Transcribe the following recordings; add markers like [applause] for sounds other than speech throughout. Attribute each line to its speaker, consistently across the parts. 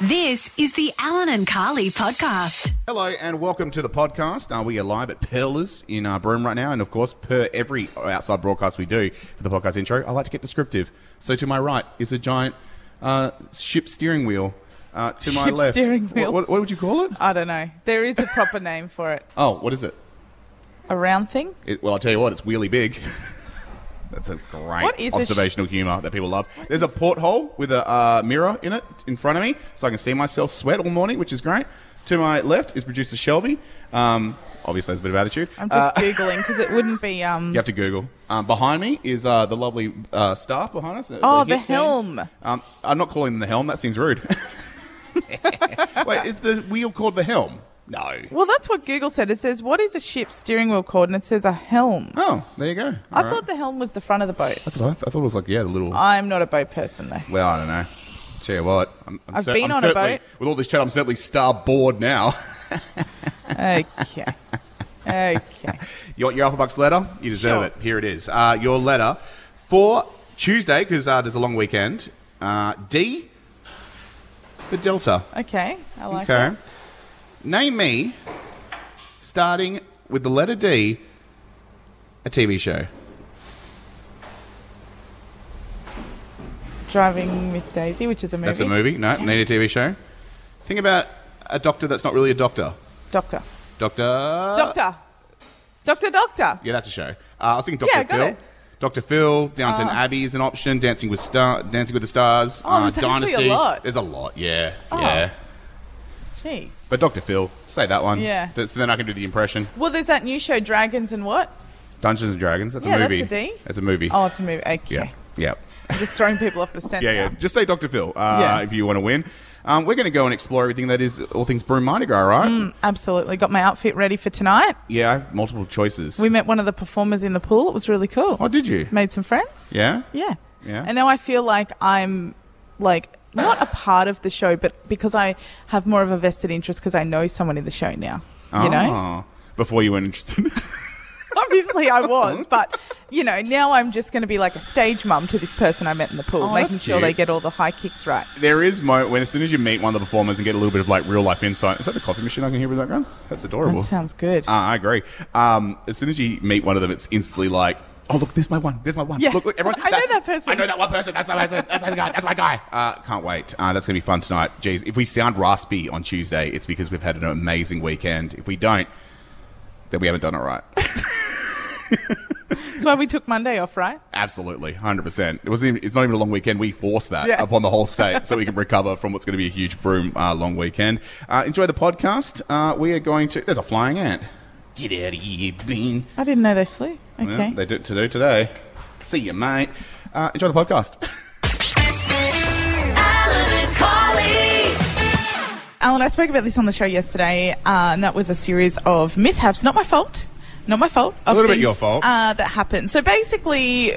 Speaker 1: This is the Alan and Carly podcast.
Speaker 2: Hello and welcome to the podcast. Uh, we are live at Perlers in our broom right now, and of course, per every outside broadcast we do for the podcast intro, I like to get descriptive. So to my right is a giant uh, ship steering wheel. Uh, to my
Speaker 3: Ship
Speaker 2: left,
Speaker 3: steering
Speaker 2: What-
Speaker 3: wheel. Uh,
Speaker 2: What, what would you call it?
Speaker 3: I don't know. There is a proper name for it.
Speaker 2: Oh, what is it?
Speaker 3: A round thing?
Speaker 2: It- well, I'll tell you what, it's wheelie big. [laughs] That's a great
Speaker 3: What is a sh-
Speaker 2: observational humour that people love. There's a porthole with a uh, mirror in it in front of me, so I can see myself sweat all morning, which is great. To my left is producer Shelby. Um, obviously, has a bit of attitude.
Speaker 3: I'm
Speaker 2: Uh,
Speaker 3: just googling because it wouldn't be. Um,
Speaker 2: you have to Google. Um, behind me is uh, the lovely uh, staff behind us.
Speaker 3: Oh, the
Speaker 2: hit team.
Speaker 3: helm.
Speaker 2: Um, I'm not calling them the helm. That seems rude. [laughs] Wait, is the wheel called the helm? No.
Speaker 3: Well, that's what Google said. It says, "What is a ship's steering wheel called?" And it says a helm.
Speaker 2: Oh, there you go.
Speaker 3: I
Speaker 2: All right.
Speaker 3: thought the helm was the front of the boat.
Speaker 2: That's what I, th- I thought it was like, yeah, the little.
Speaker 3: I'm not a boat person though.
Speaker 2: Well, I don't know. Tell you what, I'm, I'm
Speaker 3: I've
Speaker 2: cer-
Speaker 3: been
Speaker 2: I'm
Speaker 3: on a
Speaker 2: certainly-
Speaker 3: boat.
Speaker 2: With all this chat, I'm certainly starboard now. [laughs]
Speaker 3: Okay. Okay.
Speaker 2: you want your Alpha Bucks letter? You deserve
Speaker 3: Sure.
Speaker 2: it. Here it is. Uh, your letter for Tuesday, because uh, there's a long weekend. Uh, D for Delta.
Speaker 3: Okay. I like
Speaker 2: okay.
Speaker 3: it.
Speaker 2: Name me, starting with the letter D, a TV show.
Speaker 3: Driving Miss Daisy, which is a movie.
Speaker 2: That's a movie. No, need a TV show. Think about a doctor that's not really a doctor.
Speaker 3: Doctor.
Speaker 2: Doctor.
Speaker 3: Doctor. Doctor. Doctor.
Speaker 2: Yeah, that's a show. Uh, I was thinking Doctor
Speaker 3: Yeah, I got
Speaker 2: Phil.
Speaker 3: it. Uh,
Speaker 2: Doctor Phil, Downton Abbey is an option. Dancing with Star, Dancing with the Stars,
Speaker 3: Oh,
Speaker 2: uh,
Speaker 3: there's actually a
Speaker 2: Dynasty.
Speaker 3: lot. Oh.
Speaker 2: There's a lot. Yeah, yeah.
Speaker 3: Jeez.
Speaker 2: But Doctor Phil, say that one.
Speaker 3: Yeah.
Speaker 2: Th- so then I can do the impression.
Speaker 3: Well, there's that new show, Dragons and what?
Speaker 2: Dungeons and Dragons. That's
Speaker 3: Yeah,
Speaker 2: a
Speaker 3: that's
Speaker 2: movie.
Speaker 3: a D.
Speaker 2: That's a movie.
Speaker 3: Oh, it's a movie. Okay.
Speaker 2: yeah, yeah,
Speaker 3: I'm just throwing people off the scent.
Speaker 2: yeah,
Speaker 3: now.
Speaker 2: yeah. Just say Doctor Phil uh,
Speaker 3: Yeah.
Speaker 2: if you want to win. Um, we're going to go and explore everything that is all things Broom Mardi Gras, right?
Speaker 3: Mm. Absolutely. Got my outfit ready for tonight.
Speaker 2: Yeah, I have multiple choices.
Speaker 3: We met one of the performers in the pool. It was really cool.
Speaker 2: oh, did you?
Speaker 3: Made some friends.
Speaker 2: Yeah.
Speaker 3: Yeah.
Speaker 2: Yeah.
Speaker 3: And now I feel like I'm like not a part of the show, but because I have more of a vested interest because I know someone in the show now. You know?
Speaker 2: Oh, Before you weren't interested.
Speaker 3: [laughs]
Speaker 2: [laughs]
Speaker 3: Obviously I was, but you know, now I'm just gonna be like a stage mum to this person I met in the pool,
Speaker 2: Oh,
Speaker 3: making
Speaker 2: that's
Speaker 3: sure they
Speaker 2: cute.
Speaker 3: get all the high kicks right.
Speaker 2: There is moment when as soon as you meet one of the performers and get a little bit of like real life insight. Is that the coffee machine I can hear in the background? That's adorable.
Speaker 3: That sounds good.
Speaker 2: Uh, I agree. Um, as soon as you meet one of them, it's instantly like, oh look, there's my one. There's my one.
Speaker 3: Yeah.
Speaker 2: Look, look, everyone.
Speaker 3: [laughs] I know that person.
Speaker 2: I know that one person. That's my person. That's my guy. That's my guy. Uh, can't wait. Uh, that's gonna be fun tonight. Jeez, if we sound raspy on Tuesday, it's because we've had an amazing weekend. If we don't, then we haven't done it
Speaker 3: [laughs]
Speaker 2: right.
Speaker 3: That's why we took Monday off, right?
Speaker 2: Absolutely, hundred percent. It wasn't. Even, it's not even a long weekend. We forced that
Speaker 3: Yeah.
Speaker 2: upon the whole state, so we can recover from what's going to be a huge broom uh, long weekend. Uh, enjoy the podcast. Uh, we are going to. There's a flying ant. Get out of here, Bean.
Speaker 3: I didn't know they flew. Okay.
Speaker 2: Yeah, they do to do today. See you, mate. Uh, enjoy the podcast. [laughs]
Speaker 1: Alan and Carly.
Speaker 3: Alan, Uh, I spoke about this on the show yesterday, uh, and that was a series of mishaps. Not my fault. Not my fault. Of
Speaker 2: A little bit
Speaker 3: things,
Speaker 2: your fault.
Speaker 3: Uh, that happened. So basically,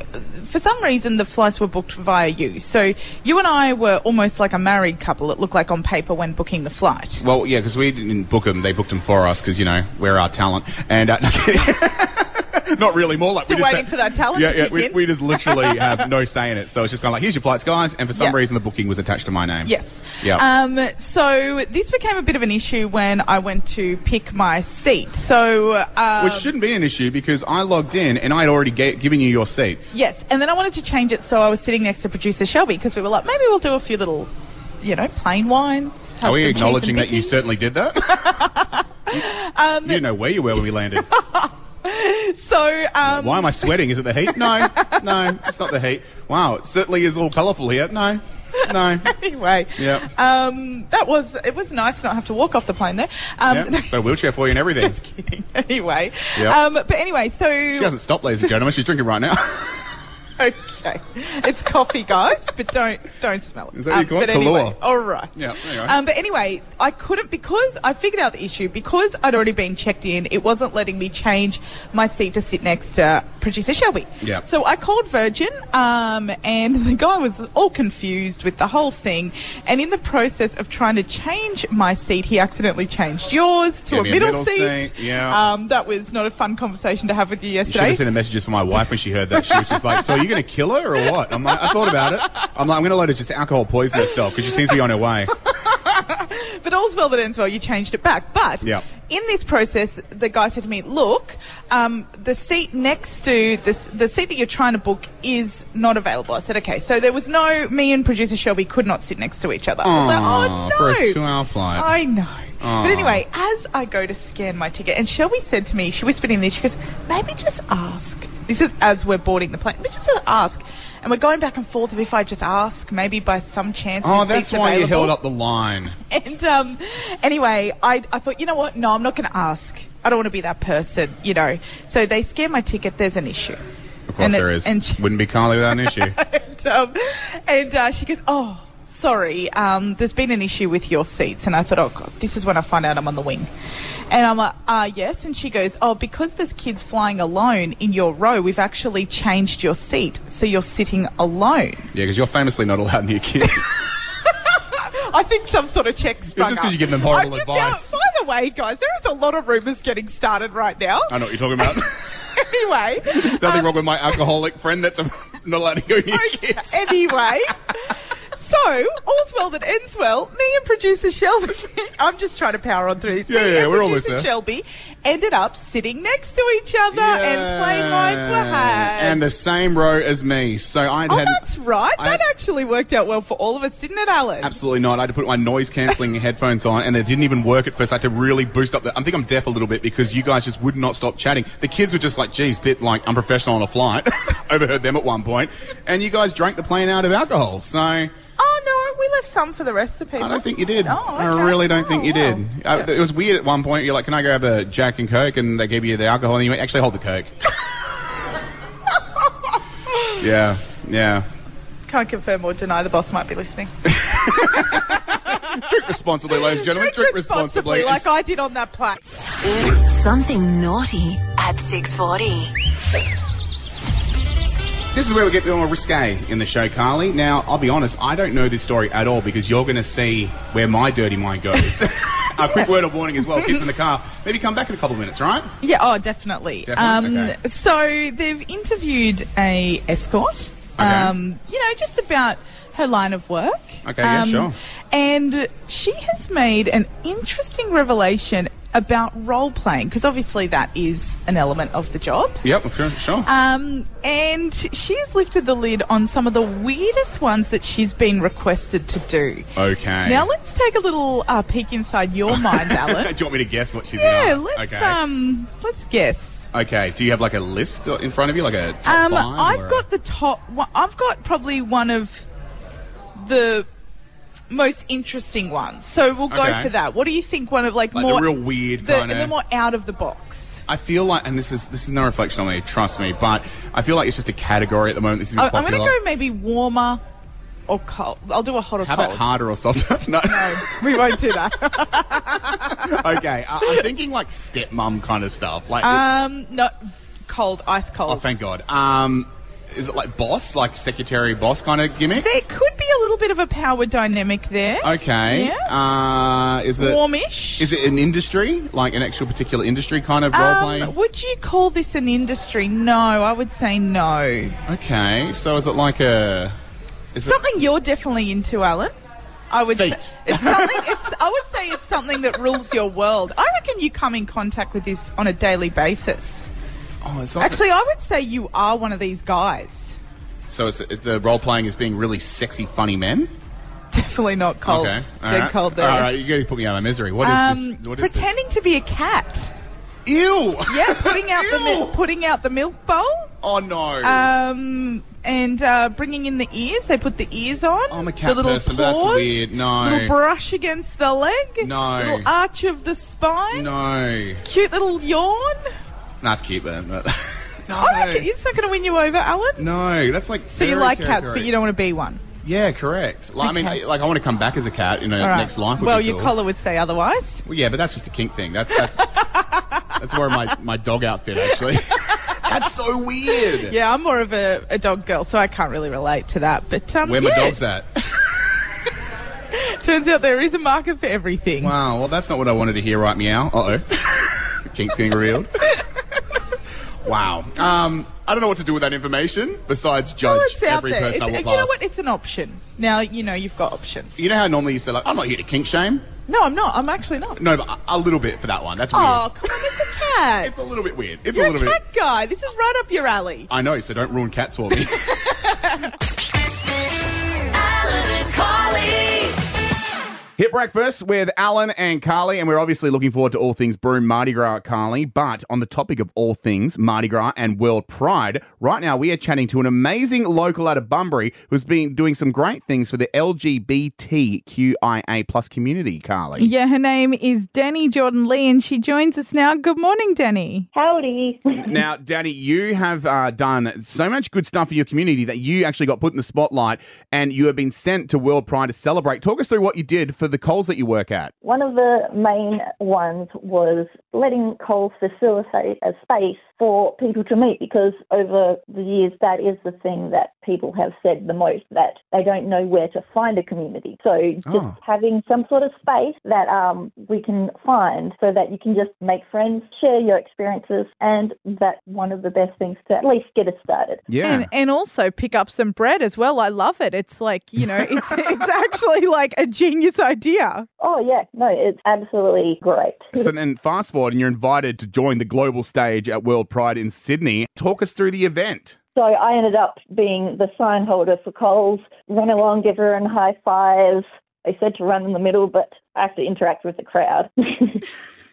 Speaker 3: for some reason, the flights were booked via you. So you and I were almost like a married couple, it looked like on paper when booking the flight.
Speaker 2: well, yeah, because we didn't book them. They booked them for us because you know we're our talent. And uh, [laughs] not really. More like
Speaker 3: Still
Speaker 2: we just
Speaker 3: waiting for that talent
Speaker 2: Yeah,
Speaker 3: to
Speaker 2: yeah.
Speaker 3: kick
Speaker 2: We,
Speaker 3: in.
Speaker 2: we just literally [laughs] have no say in it. So it's just kind of like, here's your flights, guys. And for some
Speaker 3: Yeah.
Speaker 2: reason, the booking was attached to my name.
Speaker 3: Yes.
Speaker 2: Yeah.
Speaker 3: Um, so this became a bit of an issue when I went to pick my seat. So. Uh,
Speaker 2: Which shouldn't be an issue because I logged in and I'd already ga- given you your seat.
Speaker 3: Yes, and then I wanted to change it so I was sitting next to producer Shelby because we were like, maybe we'll do a few little, you know, plain wines. have
Speaker 2: Are we
Speaker 3: some cheese
Speaker 2: acknowledging
Speaker 3: and
Speaker 2: that you
Speaker 3: bickies.
Speaker 2: certainly did that?
Speaker 3: [laughs]
Speaker 2: [laughs]
Speaker 3: Um,
Speaker 2: you know where you were when we landed.
Speaker 3: So, um,
Speaker 2: Why am I sweating? Is it the heat? No, no, it's not the heat. Wow, it certainly is all colourful here. No, no.
Speaker 3: [laughs] anyway,
Speaker 2: Yeah.
Speaker 3: um, that was it was nice to not have to walk off the plane there. Um, [laughs]
Speaker 2: yeah. Got a wheelchair for you and everything.
Speaker 3: just kidding. Anyway,
Speaker 2: Yeah.
Speaker 3: um, but anyway, so
Speaker 2: She hasn't stopped, ladies and gentlemen. She's drinking right
Speaker 3: [laughs]
Speaker 2: now.
Speaker 3: okay, it's coffee, guys, but don't don't smell it. Um,
Speaker 2: Is that what you call
Speaker 3: but
Speaker 2: it?
Speaker 3: anyway,
Speaker 2: Kahlua?
Speaker 3: all right.
Speaker 2: Yeah, anyway.
Speaker 3: Um, but anyway, I couldn't because I figured out the issue because I'd already been checked in. It wasn't letting me change my seat to sit next to producer Shelby.
Speaker 2: Yeah.
Speaker 3: So I called Virgin, um, and [laughs] the guy was all confused with the whole thing. And in the process of trying to change my seat, he accidentally changed yours to
Speaker 2: Gave
Speaker 3: a
Speaker 2: me a
Speaker 3: middle,
Speaker 2: middle
Speaker 3: seat.
Speaker 2: seat, yeah.
Speaker 3: Um, that was not a fun conversation to have with you
Speaker 2: Should
Speaker 3: yesterday.
Speaker 2: have sent a messages for my wife when she heard that. She was just like, "So are you going to kill her or
Speaker 3: [laughs]
Speaker 2: what?" I'm like, "I thought about it. I'm like, I'm going to let her just alcohol poison herself because she seems to be on her way."
Speaker 3: it all's well that ends well, you changed it back. But
Speaker 2: Yeah.
Speaker 3: in this process, the guy said to me, "Look, um, the seat next to this, the seat that you're trying to book is not available." I said, "Okay." So there was no me and producer Shelby could not sit next to each other. I was like,
Speaker 2: Aw,
Speaker 3: "Oh no!"
Speaker 2: for a two-hour flight.
Speaker 3: I know.
Speaker 2: Aw.
Speaker 3: But anyway, as I go to scan my ticket, and Shelby said to me, she whispered in there, she goes, maybe just ask. This is as we're boarding the plane. Maybe just ask. And we're going back and forth of if I just ask, maybe by some chance.
Speaker 2: Oh,
Speaker 3: this
Speaker 2: that's
Speaker 3: seat's
Speaker 2: why you
Speaker 3: available.
Speaker 2: held up the line.
Speaker 3: [laughs] And um, anyway, I, I thought, you know what? No, I'm not going to ask. I don't want to be that person, you know. So they scan my ticket. There's an issue.
Speaker 2: Of course
Speaker 3: And it-
Speaker 2: there is.
Speaker 3: and-
Speaker 2: Wouldn't be Carly without an
Speaker 3: [laughs]
Speaker 2: issue.
Speaker 3: and um, and uh, she goes, "Oh, sorry, um, there's been an issue with your seats." And I thought, "Oh God, this is when I find out I'm on the wing." And I'm like, "Ah, yes." And she goes, "Oh, because there's kids flying alone in your row, we've actually changed your seat, so you're sitting alone."
Speaker 2: Yeah, because you're famously not allowed near kids.
Speaker 3: I think some sort of checks. It's
Speaker 2: just 'cause you're giving them horrible advice.
Speaker 3: by the way, guys, there is a lot of rumours getting started right now.
Speaker 2: I know what you're talking about.
Speaker 3: [laughs] anyway,
Speaker 2: Nothing wrong with my alcoholic friend that's um, [laughs] not allowed to go near
Speaker 3: Oh, [laughs]
Speaker 2: kids.
Speaker 3: anyway. So, all's well that ends well. Me and producer Shelby, [laughs] I'm just trying to power on through this.
Speaker 2: Yeah,
Speaker 3: Me
Speaker 2: yeah,
Speaker 3: and
Speaker 2: we're almost
Speaker 3: producer
Speaker 2: there.
Speaker 3: Shelby ended up sitting next to each other and plane rides were had.
Speaker 2: And the same row as me. So I
Speaker 3: oh,
Speaker 2: had.
Speaker 3: that's right.
Speaker 2: I-
Speaker 3: that actually worked out well for all of us, didn't it, Alan?
Speaker 2: Absolutely not. I had to put my noise
Speaker 3: [laughs]
Speaker 2: cancelling headphones on, and it didn't even work at first. I had to really boost up the. I think I'm deaf a little bit because you guys just would not stop chatting. The kids were just like, geez, bit like unprofessional on a flight. [laughs] Overheard them at one point, and you guys drank the plane out of alcohol. So.
Speaker 3: Oh, no, we left some for the rest of people.
Speaker 2: I don't think you did.
Speaker 3: Oh, okay.
Speaker 2: I really don't
Speaker 3: Oh,
Speaker 2: think you
Speaker 3: wow.
Speaker 2: did. Uh, I, it was weird at one point. You're like, "Can I grab a Jack and Coke?" And they gave you the alcohol, and you went, "Actually, hold the
Speaker 3: [laughs]
Speaker 2: Coke." yeah, yeah.
Speaker 3: Can't confirm or deny the boss might be listening.
Speaker 2: Drink responsibly, ladies and [laughs] gentlemen. Drink, responsibly.
Speaker 3: like I did on that plane.
Speaker 1: Something naughty at 640.
Speaker 2: This is where we get a little risque in the show, Carly. Now, I'll be honest, I don't know this story at all because you're going to see where my dirty mind
Speaker 3: [laughs]
Speaker 2: goes. [laughs] a quick word of warning as well, kids in the car. Maybe come back in a couple of minutes, all right?
Speaker 3: Yeah, oh, definitely.
Speaker 2: Definitely?
Speaker 3: Um,
Speaker 2: Okay.
Speaker 3: So they've interviewed a escort.
Speaker 2: Okay.
Speaker 3: Um, you know, just about her line of work. Um,
Speaker 2: Okay, yeah, sure.
Speaker 3: And she has made an interesting revelation about role playing because obviously that is an element of the job.
Speaker 2: Yep, of course, sure.
Speaker 3: Um, and she's lifted the lid on some of the weirdest ones that she's been requested to do.
Speaker 2: okay.
Speaker 3: Now let's take a little uh, peek inside your
Speaker 2: [laughs]
Speaker 3: mind,
Speaker 2: do
Speaker 3: Alan.
Speaker 2: you want me to guess what she's
Speaker 3: yeah,
Speaker 2: gonna ask?
Speaker 3: let's
Speaker 2: okay.
Speaker 3: um, let's guess.
Speaker 2: okay, do you have like a list in front of you, like a top
Speaker 3: Um,
Speaker 2: five or
Speaker 3: I've
Speaker 2: a-
Speaker 3: got the top. one- I've got probably one of the most interesting ones. So we'll go
Speaker 2: Okay.
Speaker 3: for that. What do you think? One of like,
Speaker 2: Like the
Speaker 3: more
Speaker 2: real weird
Speaker 3: the,
Speaker 2: kinda-
Speaker 3: the more out of the box.
Speaker 2: I feel like, and this is this is no reflection on me, trust me, but I feel like it's just a category at the moment. This is
Speaker 3: I, Oh, I'm going to
Speaker 2: popular.
Speaker 3: go maybe warmer or cold. I'll do a hot or
Speaker 2: How
Speaker 3: cold.
Speaker 2: about harder or softer? [laughs] no.
Speaker 3: no, [laughs] we won't do that. [laughs]
Speaker 2: okay, I I'm thinking like stepmom kind of stuff. Like,
Speaker 3: um, no, cold, ice cold.
Speaker 2: Oh, thank God. Um, is it like boss, like secretary boss kind of gimmick?
Speaker 3: there could be a little bit of a power dynamic there.
Speaker 2: Okay.
Speaker 3: Yes.
Speaker 2: Uh, is Oh, it
Speaker 3: Warmish.
Speaker 2: Is it an industry, like an actual particular industry kind of role
Speaker 3: Um,
Speaker 2: playing?
Speaker 3: would you call this an industry? No, I would say no.
Speaker 2: okay. So is it like a? Is it-
Speaker 3: Something you're definitely into, Alan. I would
Speaker 2: Feet.
Speaker 3: say it's something. It's I would say it's something that rules your world. I reckon you come in contact with this on a daily basis.
Speaker 2: oh, it's not
Speaker 3: Actually, I would say you are one of these guys.
Speaker 2: so is it, the role playing is being really sexy, funny men.
Speaker 3: Definitely not cold.
Speaker 2: Okay. all
Speaker 3: Dead
Speaker 2: right.
Speaker 3: cold there.
Speaker 2: All right, you're going to put me out of my misery. What is
Speaker 3: Um,
Speaker 2: this? What is
Speaker 3: pretending to be a cat.
Speaker 2: this? Ew.
Speaker 3: Yeah, putting out the
Speaker 2: Ew.
Speaker 3: mil- putting out the milk bowl.
Speaker 2: Oh no.
Speaker 3: Um, and uh, bringing in the ears. They put the ears on.
Speaker 2: I'm a
Speaker 3: the
Speaker 2: cat
Speaker 3: little
Speaker 2: person, but that's
Speaker 3: Paws,
Speaker 2: weird. No.
Speaker 3: Little brush against the leg.
Speaker 2: No.
Speaker 3: Little arch of the spine.
Speaker 2: no.
Speaker 3: Cute little yawn.
Speaker 2: That's cute then. but- [laughs] no.
Speaker 3: I reckon it's not going to win Oh, you over, Alan.
Speaker 2: no, that's like.
Speaker 3: So you
Speaker 2: fairy
Speaker 3: like cats,
Speaker 2: territory.
Speaker 3: but you don't want to be one.
Speaker 2: Yeah, correct. Like, I
Speaker 3: Okay.
Speaker 2: mean, like I want to come back as a cat in a
Speaker 3: All right.
Speaker 2: next life. Would
Speaker 3: well,
Speaker 2: be
Speaker 3: your
Speaker 2: cool.
Speaker 3: collar would say otherwise.
Speaker 2: Well, yeah, but that's just a kink thing. That's
Speaker 3: [laughs]
Speaker 2: that's that's more of my my dog outfit actually. that's so weird.
Speaker 3: Yeah, I'm more of a, a dog girl, so I can't really relate to that. But um,
Speaker 2: Where my
Speaker 3: yeah,
Speaker 2: dog's at?
Speaker 3: Turns out there is a market for everything.
Speaker 2: Wow. Ah, Well, that's not what I wanted to hear. Right meow.
Speaker 3: [laughs]
Speaker 2: Uh oh. Kink's getting revealed. wow. Um, I don't know what to do with that information besides judge
Speaker 3: Well, it's out
Speaker 2: every
Speaker 3: there.
Speaker 2: person
Speaker 3: It's-
Speaker 2: I walk
Speaker 3: you
Speaker 2: past.
Speaker 3: know what? It's an option. Now you know you've got options.
Speaker 2: You know how normally you say like, I'm not here to kink shame.
Speaker 3: No, I'm not. I'm actually not.
Speaker 2: No, but a- a little bit for that one. That's weird.
Speaker 3: Oh, come on, it's a cat.
Speaker 2: It's a little bit weird. It's
Speaker 3: You're
Speaker 2: a little
Speaker 3: cat
Speaker 2: bit.
Speaker 3: guy. This is right up your alley.
Speaker 2: I know, so don't ruin cats for me. [laughs]
Speaker 1: Alan and Carly.
Speaker 2: Hit breakfast with Alan and Carly, and we're obviously looking forward to all things Broom Mardi Gras, Carly. But on the topic of all things Mardi Gras and World Pride, right now we are chatting to an amazing local out of Bunbury who's been doing some great things for the LGBTQIA plus community, Carly.
Speaker 4: Yeah, her name is Danny Jordan Lee, and she joins us now. Good morning, Danny.
Speaker 5: Howdy.
Speaker 2: Now, Danny, you have uh, done so much good stuff for your community that you actually got put in the spotlight and you have been sent to World Pride to celebrate. Talk us through what you did for the Coles that you work at.
Speaker 5: One of the main ones was letting Coles facilitate a space for people to meet because over the years that is the thing that people have said the most that they don't know where to find a community. So just
Speaker 2: Oh.
Speaker 5: having some sort of space that um, we can find so that you can just make friends, share your experiences, and that's one of the best things to at least get us started.
Speaker 2: Yeah.
Speaker 4: And, and also pick up some bread as well. I love it. It's like, you know, it's [laughs] it's actually like a genius idea.
Speaker 5: Oh yeah, no, it's absolutely great.
Speaker 2: So then, fast forward, and you're invited to join the global stage at World Pride in Sydney. Talk us through the event.
Speaker 5: So I ended up being the sign holder for Coles, run along, give everyone high fives. They said to run in the middle, but I have to interact with the crowd. [laughs]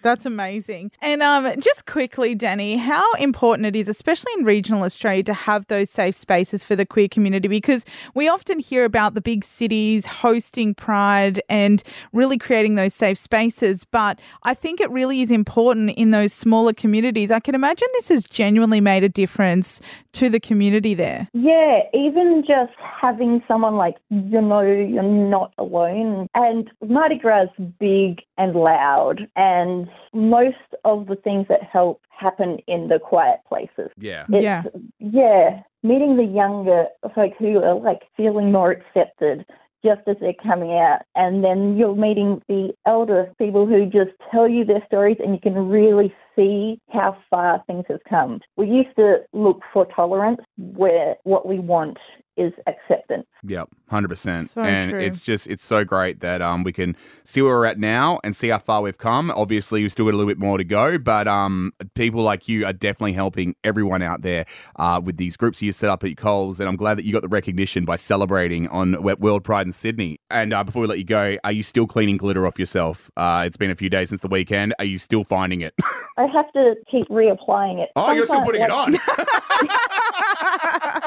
Speaker 4: That's amazing. And um, just quickly, Danny, how important it is, especially in regional Australia, to have those safe spaces for the queer community because we often hear about the big cities hosting Pride and really creating those safe spaces. But I think it really is important in those smaller communities. I can imagine this has genuinely made a difference to the community there.
Speaker 5: yeah, even just having someone like, you know, you're not alone. And Mardi Gras is big and loud, and most of the things that help happen in the quiet places.
Speaker 2: Yeah.
Speaker 5: It's,
Speaker 4: Yeah. [laughs]
Speaker 5: Yeah. Meeting the younger folk who are like feeling more accepted just as they're coming out. And then you're meeting the elder people who just tell you their stories and you can really see how far things have come. We used to look for tolerance where what we want is acceptance.
Speaker 2: Yep. Hundred percent.
Speaker 4: So
Speaker 2: And
Speaker 4: true.
Speaker 2: it's just it's so great that um we can see where we're at now and see how far we've come. Obviously, we've still got a little bit more to go, but um people like you are definitely helping everyone out there uh, with these groups you set up at Coles, and I'm glad that you got the recognition by celebrating on Wet World Pride in Sydney. And uh, before we let you go, are you still cleaning glitter off yourself? Uh, it's been a few days since the weekend. Are you still finding it?
Speaker 5: I have to keep reapplying it.
Speaker 2: Oh, you're still
Speaker 5: Sometimes,
Speaker 2: putting it
Speaker 5: like-
Speaker 2: on.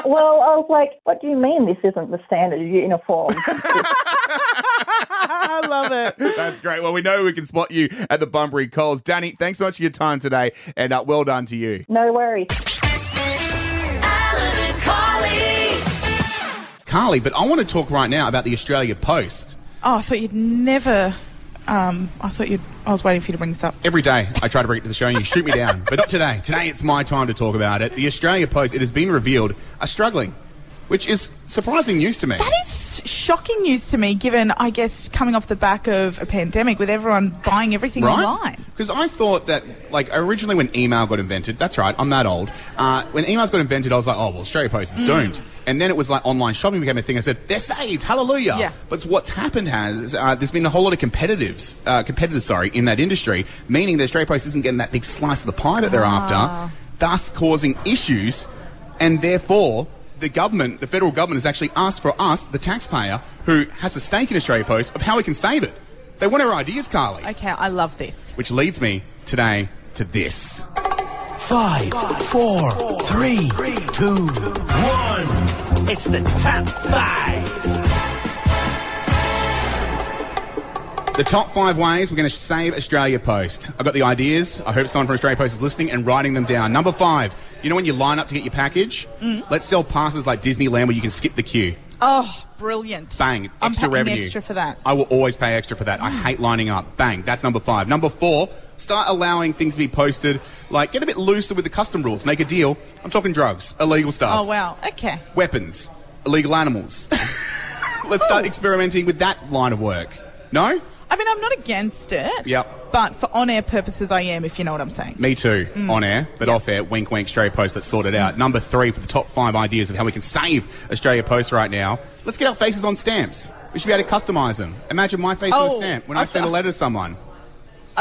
Speaker 5: Well, I was like, what do you mean this isn't the standard
Speaker 2: [laughs]
Speaker 5: uniform?
Speaker 4: I love it.
Speaker 2: That's great. Well, we know we can spot you at the Bunbury Coles. Danny, thanks so much for your time today, and uh, well done to you.
Speaker 5: no worries.
Speaker 1: Alan and Carly.
Speaker 2: Carly, but I want to talk right now about the Australia Post.
Speaker 3: Oh, I thought you'd never. Um, I thought you'd. I was waiting for you to bring this up.
Speaker 2: Every day I try to bring it to the show and you shoot me down, but not today. Today it's my time to talk about it. The Australia Post, it has been revealed, are struggling, which is surprising news to me.
Speaker 3: That is shocking news to me, given, I guess, coming off the back of a pandemic with everyone buying everything
Speaker 2: right?
Speaker 3: online.
Speaker 2: Because I thought that, like, originally when email got invented, that's right, I'm that old. Uh, when emails got invented, I was like, oh, well, Australia Post
Speaker 3: Mm.
Speaker 2: is doomed. And then it was like online shopping became a thing. I said, they're saved, hallelujah.
Speaker 3: Yeah.
Speaker 2: But what's happened has uh, there's been a whole lot of competitives, uh, competitors, sorry, in that industry, meaning that Australia Post isn't getting that big slice of the pie that
Speaker 3: Ah.
Speaker 2: they're after, thus causing issues, and therefore. The government, the federal government, has actually asked for us, the taxpayer, who has a stake in Australia Post, of how we can save it. They want our ideas, Carly.
Speaker 3: Okay, I love this.
Speaker 2: Which leads me today to this.
Speaker 6: Five, four, three, two, one. It's the top five.
Speaker 2: The top five ways we're going to save Australia Post. I've got the ideas. I hope someone from Australia Post is listening and writing them down. Number five, you know when you line up to get your package?
Speaker 3: Mm.
Speaker 2: Let's sell passes like Disneyland where you can skip the queue.
Speaker 3: Oh, brilliant.
Speaker 2: Bang, extra
Speaker 3: I'm paying
Speaker 2: revenue.
Speaker 3: extra for that. Mm.
Speaker 2: I will always pay extra for that. I hate lining up. Bang, that's number five. Number four, start allowing things to be posted. Like, get a bit looser with the custom rules. Make a deal. I'm talking drugs, illegal stuff.
Speaker 3: Oh, wow. Okay.
Speaker 2: weapons, illegal
Speaker 3: [laughs]
Speaker 2: animals. Let's start experimenting with that line of work. No?
Speaker 3: I mean, I'm not against it.
Speaker 2: Yep.
Speaker 3: But for on air purposes, I am, if you know what I'm saying.
Speaker 2: Me too,
Speaker 3: Mm.
Speaker 2: on air, but off air, wink, wink, Australia Post, let's sort it out. Number three for the top five ideas of how we can save Australia Post right now. Let's get our faces on stamps. We should be able to customize them. Imagine my face on a
Speaker 3: Oh,
Speaker 2: stamp when I
Speaker 3: I'm
Speaker 2: send a
Speaker 3: so-
Speaker 2: letter to someone.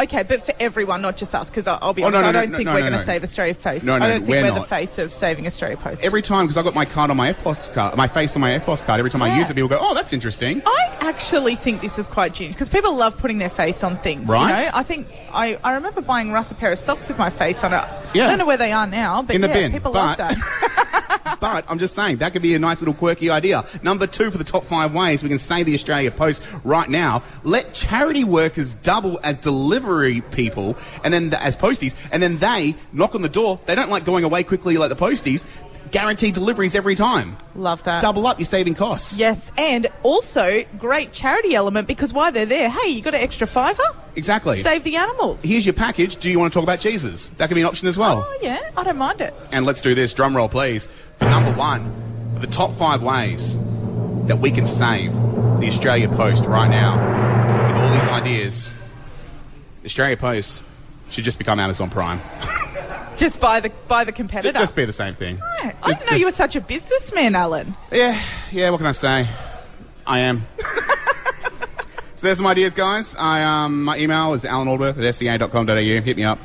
Speaker 3: Okay, but for everyone, not just us, because I'll, I'll be
Speaker 2: Oh, no,
Speaker 3: honest,
Speaker 2: no,
Speaker 3: I don't
Speaker 2: no,
Speaker 3: think
Speaker 2: no,
Speaker 3: we're
Speaker 2: no,
Speaker 3: going to
Speaker 2: no.
Speaker 3: save Australia Post.
Speaker 2: No, no,
Speaker 3: I don't think
Speaker 2: we're
Speaker 3: we're, the
Speaker 2: not.
Speaker 3: face of saving Australia Post.
Speaker 2: Every time, because I've got my card on my FPOS card, my face on my FPOS card, every time I
Speaker 3: Yeah.
Speaker 2: use it, people go, oh, that's interesting.
Speaker 3: I actually think this is quite genius because people love putting their face on things.
Speaker 2: Right.
Speaker 3: You know, I think I, I remember buying Russ a pair of socks with my face on it.
Speaker 2: Yeah.
Speaker 3: I don't know where they are now, but
Speaker 2: In the
Speaker 3: yeah,
Speaker 2: bin,
Speaker 3: people
Speaker 2: but- [laughs]
Speaker 3: love that.
Speaker 2: But I'm just saying, that could be a nice little quirky idea. Number two for the top five ways we can save the Australia Post right now. Let charity workers double as delivery people and then the, as posties, and then they knock on the door. They don't like going away quickly like the posties. Guaranteed deliveries every time.
Speaker 3: love that.
Speaker 2: Double up, you're saving costs.
Speaker 3: Yes, and also great charity element because while they're there, hey, you got an extra fiver?
Speaker 2: Exactly.
Speaker 3: Save the animals.
Speaker 2: Here's your package. Do you want to talk about Jesus? That could be an option as well.
Speaker 3: Oh yeah, I don't mind it.
Speaker 2: And let's do this drum roll, please. For number one, for the top five ways that we can save the Australia Post right now with all these ideas. Australia Post should just become Amazon Prime.
Speaker 3: Just buy the buy the
Speaker 2: Ju-
Speaker 3: competitor.
Speaker 2: just be the same thing.
Speaker 3: I
Speaker 2: Just-
Speaker 3: didn't know you were
Speaker 2: just-
Speaker 3: such a businessman, Alan.
Speaker 2: Yeah, yeah. What can I say? I
Speaker 3: [laughs]
Speaker 2: am. so there's some ideas, guys. I um, my email is alanaldworth at E sca.com.au. Hit me up.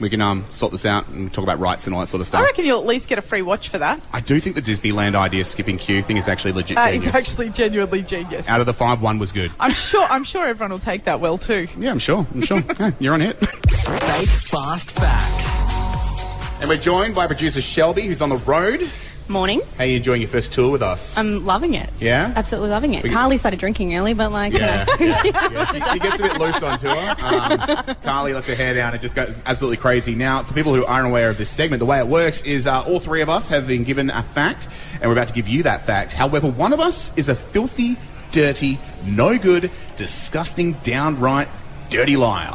Speaker 2: We can um, sort this out and talk about rights and all that sort of stuff.
Speaker 3: I reckon you'll at least get a free watch for that.
Speaker 2: I do think the Disneyland idea skipping queue thing is actually legit
Speaker 3: That is
Speaker 2: genius.
Speaker 3: actually genuinely genius.
Speaker 2: Out of the five, one was good.
Speaker 3: I'm sure. I'm sure everyone will take that well too.
Speaker 2: Yeah, I'm sure. I'm [laughs] sure. Yeah, you're on it.
Speaker 6: Fake fast facts.
Speaker 2: And we're joined by producer Shelby, who's on the road.
Speaker 7: Morning.
Speaker 2: How are you enjoying your first tour with us?
Speaker 7: I'm loving it.
Speaker 2: Yeah?
Speaker 7: Absolutely loving it.
Speaker 2: We-
Speaker 7: Carly started drinking early, but like,
Speaker 2: Yeah,
Speaker 7: you know,
Speaker 2: Yeah, she, she gets a bit loose on tour. Um, Carly lets her hair down and just goes absolutely crazy. Now, for people who aren't aware of this segment, the way it works is uh, all three of us have been given a fact, and we're about to give you that fact. However, one of us is a filthy, dirty, no good, disgusting, downright dirty liar.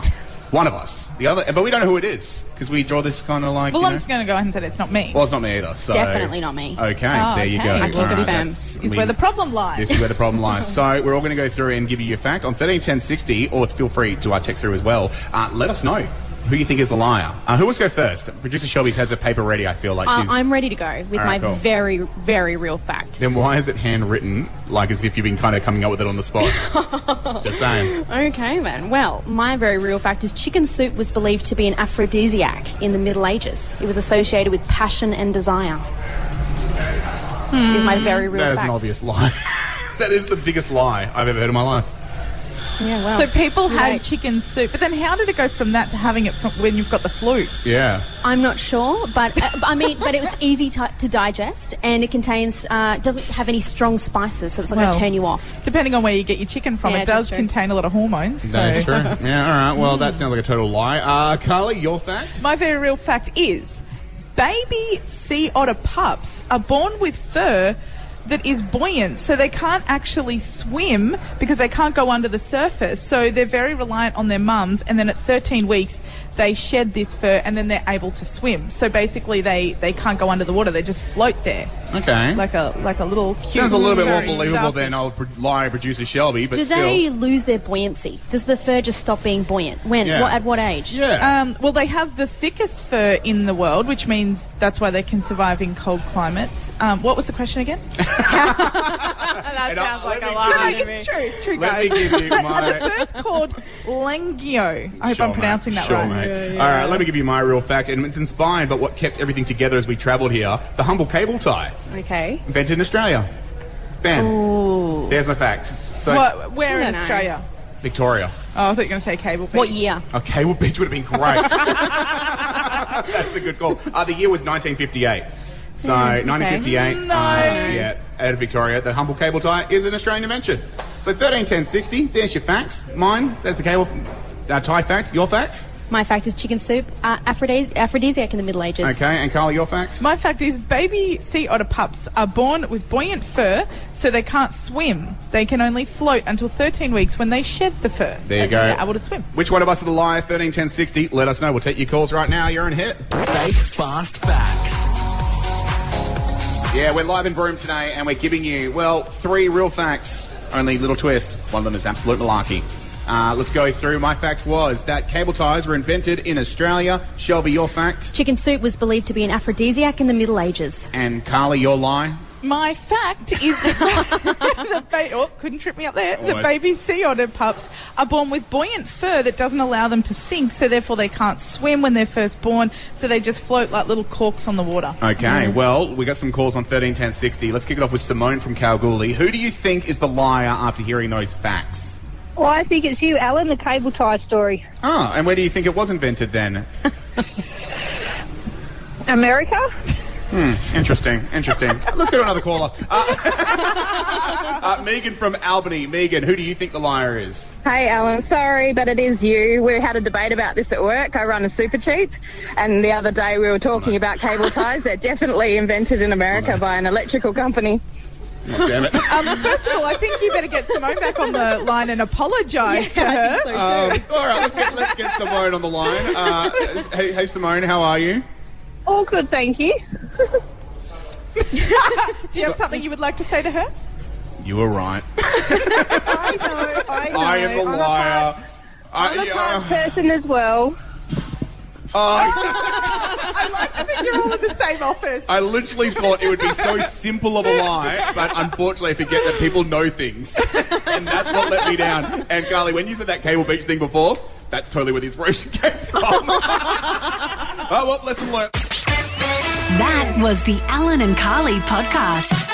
Speaker 2: One of us. The other, but we don't know who it is because we draw this kind of like.
Speaker 3: Well,
Speaker 2: you
Speaker 3: I'm
Speaker 2: know-
Speaker 3: just going to go ahead and say it's not me.
Speaker 2: Well, it's not me either. So
Speaker 7: Definitely not me.
Speaker 2: Okay,
Speaker 3: Oh,
Speaker 2: there you go.
Speaker 3: okay.
Speaker 7: I can
Speaker 2: All
Speaker 7: confirm.
Speaker 2: that's-
Speaker 3: is
Speaker 2: we-
Speaker 3: where the problem lies.
Speaker 2: This is where the
Speaker 3: [laughs]
Speaker 2: problem lies. So we're all going to go through and give you your fact on thirteen ten sixty, or feel free to our text through as well. Uh, let us know who you think is the liar. Uh, who wants to go first? Producer Shelby has a paper ready. I feel like
Speaker 3: Uh,
Speaker 7: I-
Speaker 2: she's.
Speaker 7: I'm ready to go with
Speaker 2: All right,
Speaker 7: my
Speaker 2: cool.
Speaker 7: very, very real fact.
Speaker 2: then why is it handwritten, like as if you've been kind of coming up with it on the
Speaker 3: [laughs]
Speaker 2: spot? Just saying.
Speaker 7: Okay, then. Well, my very real fact is chicken soup was believed to be an aphrodisiac in the Middle Ages. It was associated with passion and desire. Is my very real
Speaker 2: Hmm. That is an
Speaker 7: fact.
Speaker 2: obvious lie. [laughs] that is the biggest lie I've ever heard in my life.
Speaker 7: Yeah, well.
Speaker 3: So people had
Speaker 7: Right.
Speaker 3: chicken soup, but then how did it go from that to having it from when you've got the flu?
Speaker 2: Yeah.
Speaker 7: I'm not sure, but uh, I mean, but it was easy to, to digest, and it contains uh, doesn't have any strong spices, so it's not going
Speaker 3: Well.
Speaker 7: to turn you off.
Speaker 3: Depending on where you get your chicken from,
Speaker 7: Yeah,
Speaker 3: it does
Speaker 7: that's true.
Speaker 3: contain a lot of hormones.
Speaker 2: That
Speaker 3: so-
Speaker 2: is true.
Speaker 3: [laughs]
Speaker 2: Yeah, all right. Well, that sounds like a total lie. Uh, Carly, your fact?
Speaker 3: My very real fact is baby sea otter pups are born with fur that is buoyant, so they can't actually swim because they can't go under the surface. So they're very reliant on their mums, and then at 13 weeks, they shed this fur and then they're able to swim. So basically, they, they can't go under the water, they just float there
Speaker 2: Okay.
Speaker 3: like a like a little cute.
Speaker 2: Sounds a little bit more
Speaker 3: furry
Speaker 2: believable
Speaker 3: starfish.
Speaker 2: than old pro- liar producer Shelby, but
Speaker 7: Do
Speaker 2: still.
Speaker 7: they lose their buoyancy? Does the fur just stop being buoyant? When?
Speaker 2: Yeah.
Speaker 7: What, at what age?
Speaker 2: Yeah.
Speaker 3: Um, well, they have the thickest fur in the world, which means that's why they can survive in cold climates. Um, what was the
Speaker 2: [laughs]
Speaker 3: question again?
Speaker 7: That
Speaker 2: And I- sounds like let a me- lie
Speaker 3: no, it's true. It's true,
Speaker 2: Let me
Speaker 3: guys.
Speaker 2: give
Speaker 3: [laughs]
Speaker 2: you my.
Speaker 3: First called Langio. I hope
Speaker 2: Sure,
Speaker 3: I'm
Speaker 2: mate.
Speaker 3: pronouncing that
Speaker 2: Sure,
Speaker 3: right.
Speaker 2: mate. All right, let me give you my real fact, and it's inspired by what kept everything together as we travelled here the humble cable tie,
Speaker 7: Okay.
Speaker 2: invented in Australia. Bam. There's my fact. So,
Speaker 3: What, where in
Speaker 7: No, no.
Speaker 3: Australia?
Speaker 2: Victoria.
Speaker 3: Oh, I thought you were going to say cable. Beach.
Speaker 7: What year?
Speaker 2: A cable beach would have been great. [laughs] That's a good call. Uh, the year was 1958. So,
Speaker 3: Hmm,
Speaker 2: 1958.
Speaker 3: No.
Speaker 2: uh, yeah, out of Victoria, the humble cable tie is an Australian invention. So, 131060, there's your facts. Mine, that's the cable uh, tie fact. Your fact.
Speaker 7: My fact is chicken soup, uh, aphrodis- aphrodisiac in the Middle Ages.
Speaker 2: Okay, and Carla, your fact.
Speaker 3: My fact is, baby sea otter pups are born with buoyant fur, so they can't swim. They can only float until 13 weeks when they shed the fur.
Speaker 2: There you
Speaker 3: and
Speaker 2: go.
Speaker 3: They're able to swim.
Speaker 2: Which one of us are the liar? 131060. Let us know. We'll take your calls right now. You're in hit.
Speaker 6: Fake fast facts.
Speaker 2: Yeah, we're live in Broome today, and we're giving you, well, three real facts. Only little twist. One of them is absolute malarkey. Uh, let's go through. My fact was that cable ties were invented in Australia. Shelby, your fact.
Speaker 7: Chicken soup was believed to be an aphrodisiac in the Middle Ages.
Speaker 2: And Carly, your lie.
Speaker 3: My fact is [laughs] that the ba- oh, couldn't trip me up there. The
Speaker 2: Almost.
Speaker 3: baby sea otter pups are born with buoyant fur that doesn't allow them to sink, so therefore they can't swim when they're first born, so they just float like little corks on the water.
Speaker 2: Okay, well, we got some calls on 131060. Let's kick it off with Simone from Kalgoorlie. Who do you think is the liar after hearing those facts?
Speaker 8: Well, I think it's you, Alan, the cable tie story.
Speaker 2: Ah, and where do you think it was invented then?
Speaker 8: America?
Speaker 2: Interesting, interesting. Let's go to another caller. [laughs] Uh, uh, Megan from Albany. Megan, who do you think the liar is?
Speaker 9: Hey Alan, sorry, but it is you. We had a debate about this at work. I run a super cheap, and the other day we were talking about cable ties. They're definitely invented in America by an electrical company.
Speaker 2: Oh, damn
Speaker 9: [laughs]
Speaker 2: it.
Speaker 3: Um, well, first of all, I think you better get Simone back on the line and apologise to her.
Speaker 7: so too.
Speaker 2: Um, [laughs] all right, let's get, let's get Simone on the line. Uh, hey, hey, Simone, how are you?
Speaker 9: All good, thank you.
Speaker 3: Do you have something you would like to say to her?
Speaker 2: You were right.
Speaker 9: I know, I know.
Speaker 2: I am the liar. I-
Speaker 9: I'm a past
Speaker 2: uh,
Speaker 9: person as well.
Speaker 3: I think you're all in the same office.
Speaker 2: I literally thought it would be so simple of a lie, but unfortunately I forget that people know things. and that's what let me down. And Carly, when you said that Cable Beach thing before, that's totally where the inspiration [laughs] came from. oh, well, lesson learned.
Speaker 1: That was the Alan and Carly podcast.